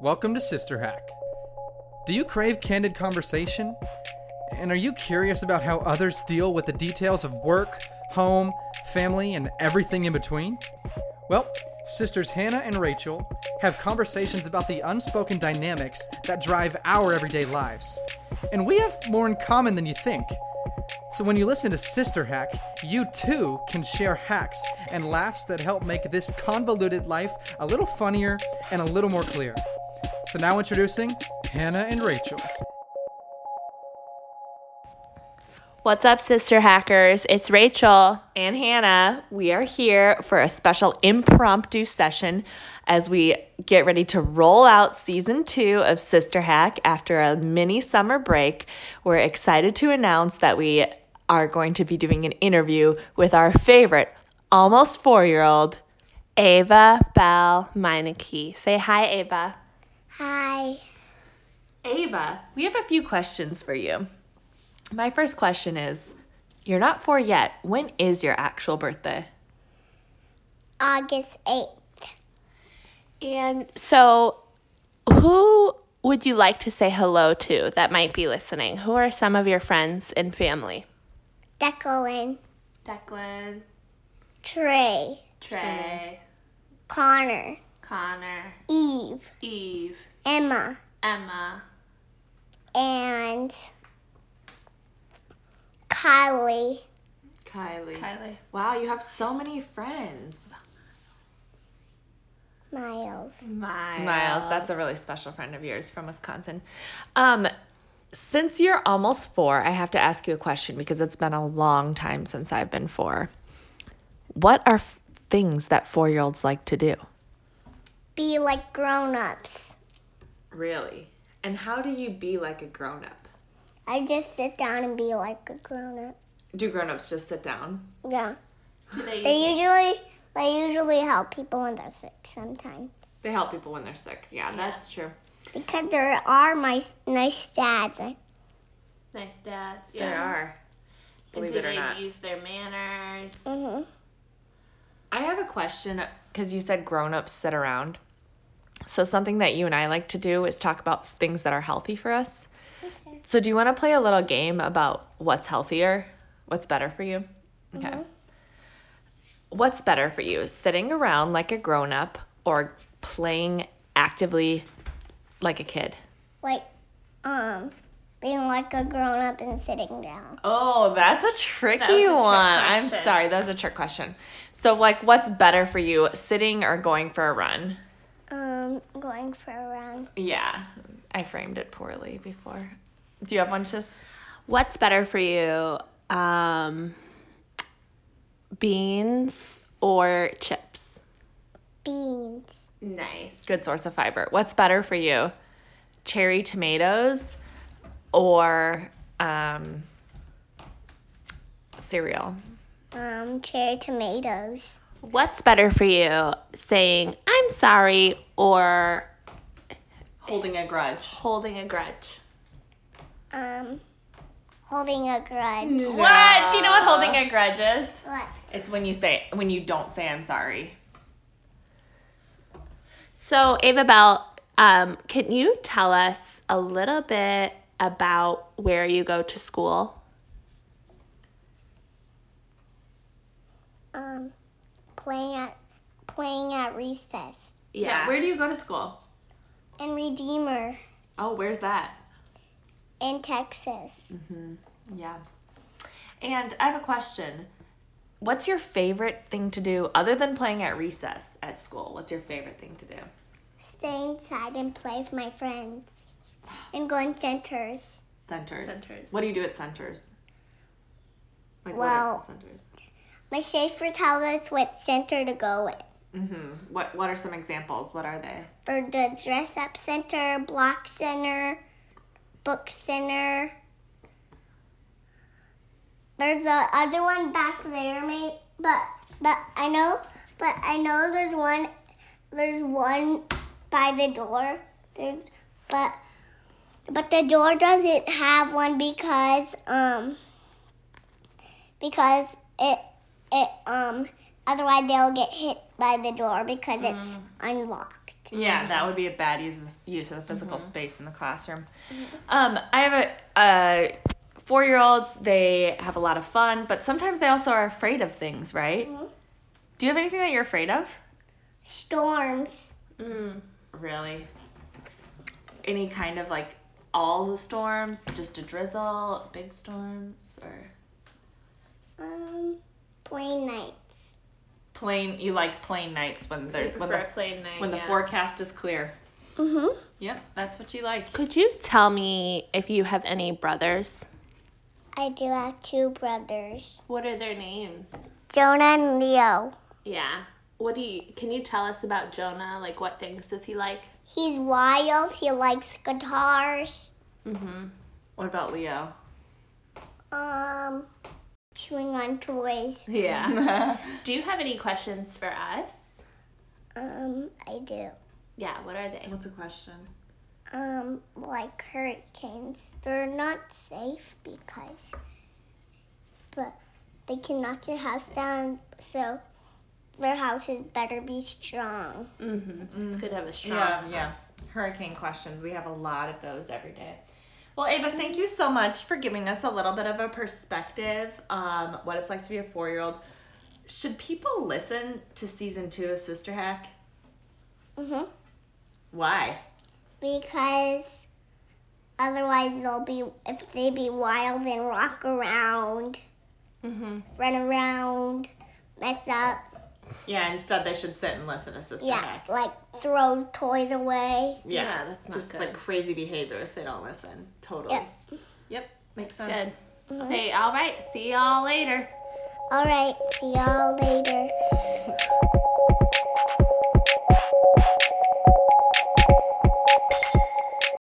Welcome to Sister Hack. Do you crave candid conversation? And are you curious about how others deal with the details of work, home, family, and everything in between? Well, sisters Hannah and Rachel have conversations about the unspoken dynamics that drive our everyday lives. And we have more in common than you think. So when you listen to Sister Hack, you too can share hacks and laughs that help make this convoluted life a little funnier and a little more clear. So now introducing Hannah and Rachel. What's up, sister hackers? It's Rachel and Hannah. We are here for a special impromptu session as we get ready to roll out season two of Sister Hack after a mini summer break. We're excited to announce that we are going to be doing an interview with our favorite, almost four year old, Ava Bell Meineke. Say hi, Ava. Hi. Ava, we have a few questions for you. My first question is You're not four yet. When is your actual birthday? August 8th. And so, who would you like to say hello to that might be listening? Who are some of your friends and family? Declan, Declan, Trey, Trey, Connor, Connor, Eve, Eve, Emma, Emma, and Kylie. Kylie. Kylie. Wow, you have so many friends. Miles. Miles. Miles, that's a really special friend of yours from Wisconsin. Um, since you're almost four, I have to ask you a question because it's been a long time since I've been four. What are f- things that four year olds like to do? Be like grown ups. Really? And how do you be like a grown up? I just sit down and be like a grown up. Do grown ups just sit down? Yeah. They They usually they usually help people when they're sick sometimes. They help people when they're sick. Yeah, Yeah. that's true. Because there are my nice dads. nice dads. There are. And Believe do it or they not. use their manners? Mm-hmm. I have a question because you said grown ups sit around. So, something that you and I like to do is talk about things that are healthy for us. Okay. So, do you want to play a little game about what's healthier? What's better for you? Okay. Mhm. What's better for you? Sitting around like a grown up or playing actively like a kid? Like um being like a grown up and sitting down. Oh, that's a tricky That was a trick one. I'm question. sorry, that's a trick question. So, like, what's better for you, sitting or going for a run? Um going for a run. Yeah, I framed it poorly before. Do you have one, Chis? What's better for you? Um, beans or chips? Beans. Nice. Good source of fiber. What's better for you, cherry tomatoes or um, cereal? Um, cherry tomatoes. What's better for you, saying I'm sorry or Holding a grudge. holding a grudge? Um, holding a Mm. grudge. What? Do you know what holding a grudge is? What? It's when you say when you don't say I'm sorry. So, Ava Bell, um, can you tell us a little bit about where you go to school? Um, playing at playing at recess. Where do you go to school? And Redeemer Oh, where's that? in Texas. hmm Yeah. And I have a question. What's your favorite thing to do other than playing at recess at school? What's your favorite thing to do? Stay inside and play with my friends. And going centers. Centers. Centers. What do you do at centers? Like Well- what are centers? My Schaefer tells us what center to go in. Mm-hmm. What What are some examples? What are they? For the dress up center, block center, book center. There's the other one back there, mate. But but I know, but I know there's one. There's one by the door. There's but but the door doesn't have one because um because it it um otherwise they'll get hit by the door because it's unlocked. Yeah, that would be a bad use of the, use of the physical space in the classroom. Um, I have a, uh four year olds. They have a lot of fun, but sometimes they also are afraid of things, right? Mhm. Do you have anything that you're afraid of? Storms. Mm. Really? Any kind of like all the storms, just a drizzle, big storms, or Um, plane nights. plain? You like plain nights when they're when the plane night. when the yeah. forecast is clear. Mhm. Yep, that's what you like. Could you tell me if you have any brothers? I do have two brothers, What are their names? Jonah and Leo. Yeah. What do you can you tell us about Jonah? Like what things does he like? He's wild. He likes guitars. Mm-hmm. What about Leo? Um, chewing on toys. Yeah. do you have any questions for us? Um, I do. Yeah, what are they? What's a question? Um, like hurricanes, they're not safe because, but they can knock your house down. So their houses better be strong. Mm-hmm. It's good to have a strong Mm. Yeah, yeah. Hurricane questions. We have a lot of those every day. Well, Ava, thank you so much for giving us a little bit of a perspective um, what it's like to be a four year old. Should people listen to season two of Sister Hack? Mhm. Why? because otherwise they'll be if they be wild and rock around, Mm-hmm. run around, mess up, Yeah, instead they should sit and listen to Sister yeah, Hack. like throw toys away. Yeah, Yeah, that's not just good. like crazy behavior if they don't listen. Totally. Yeah. Yep, makes sense. Good. Mhm. Mm-hmm. Okay, all right. See y'all later. All right, see y'all later.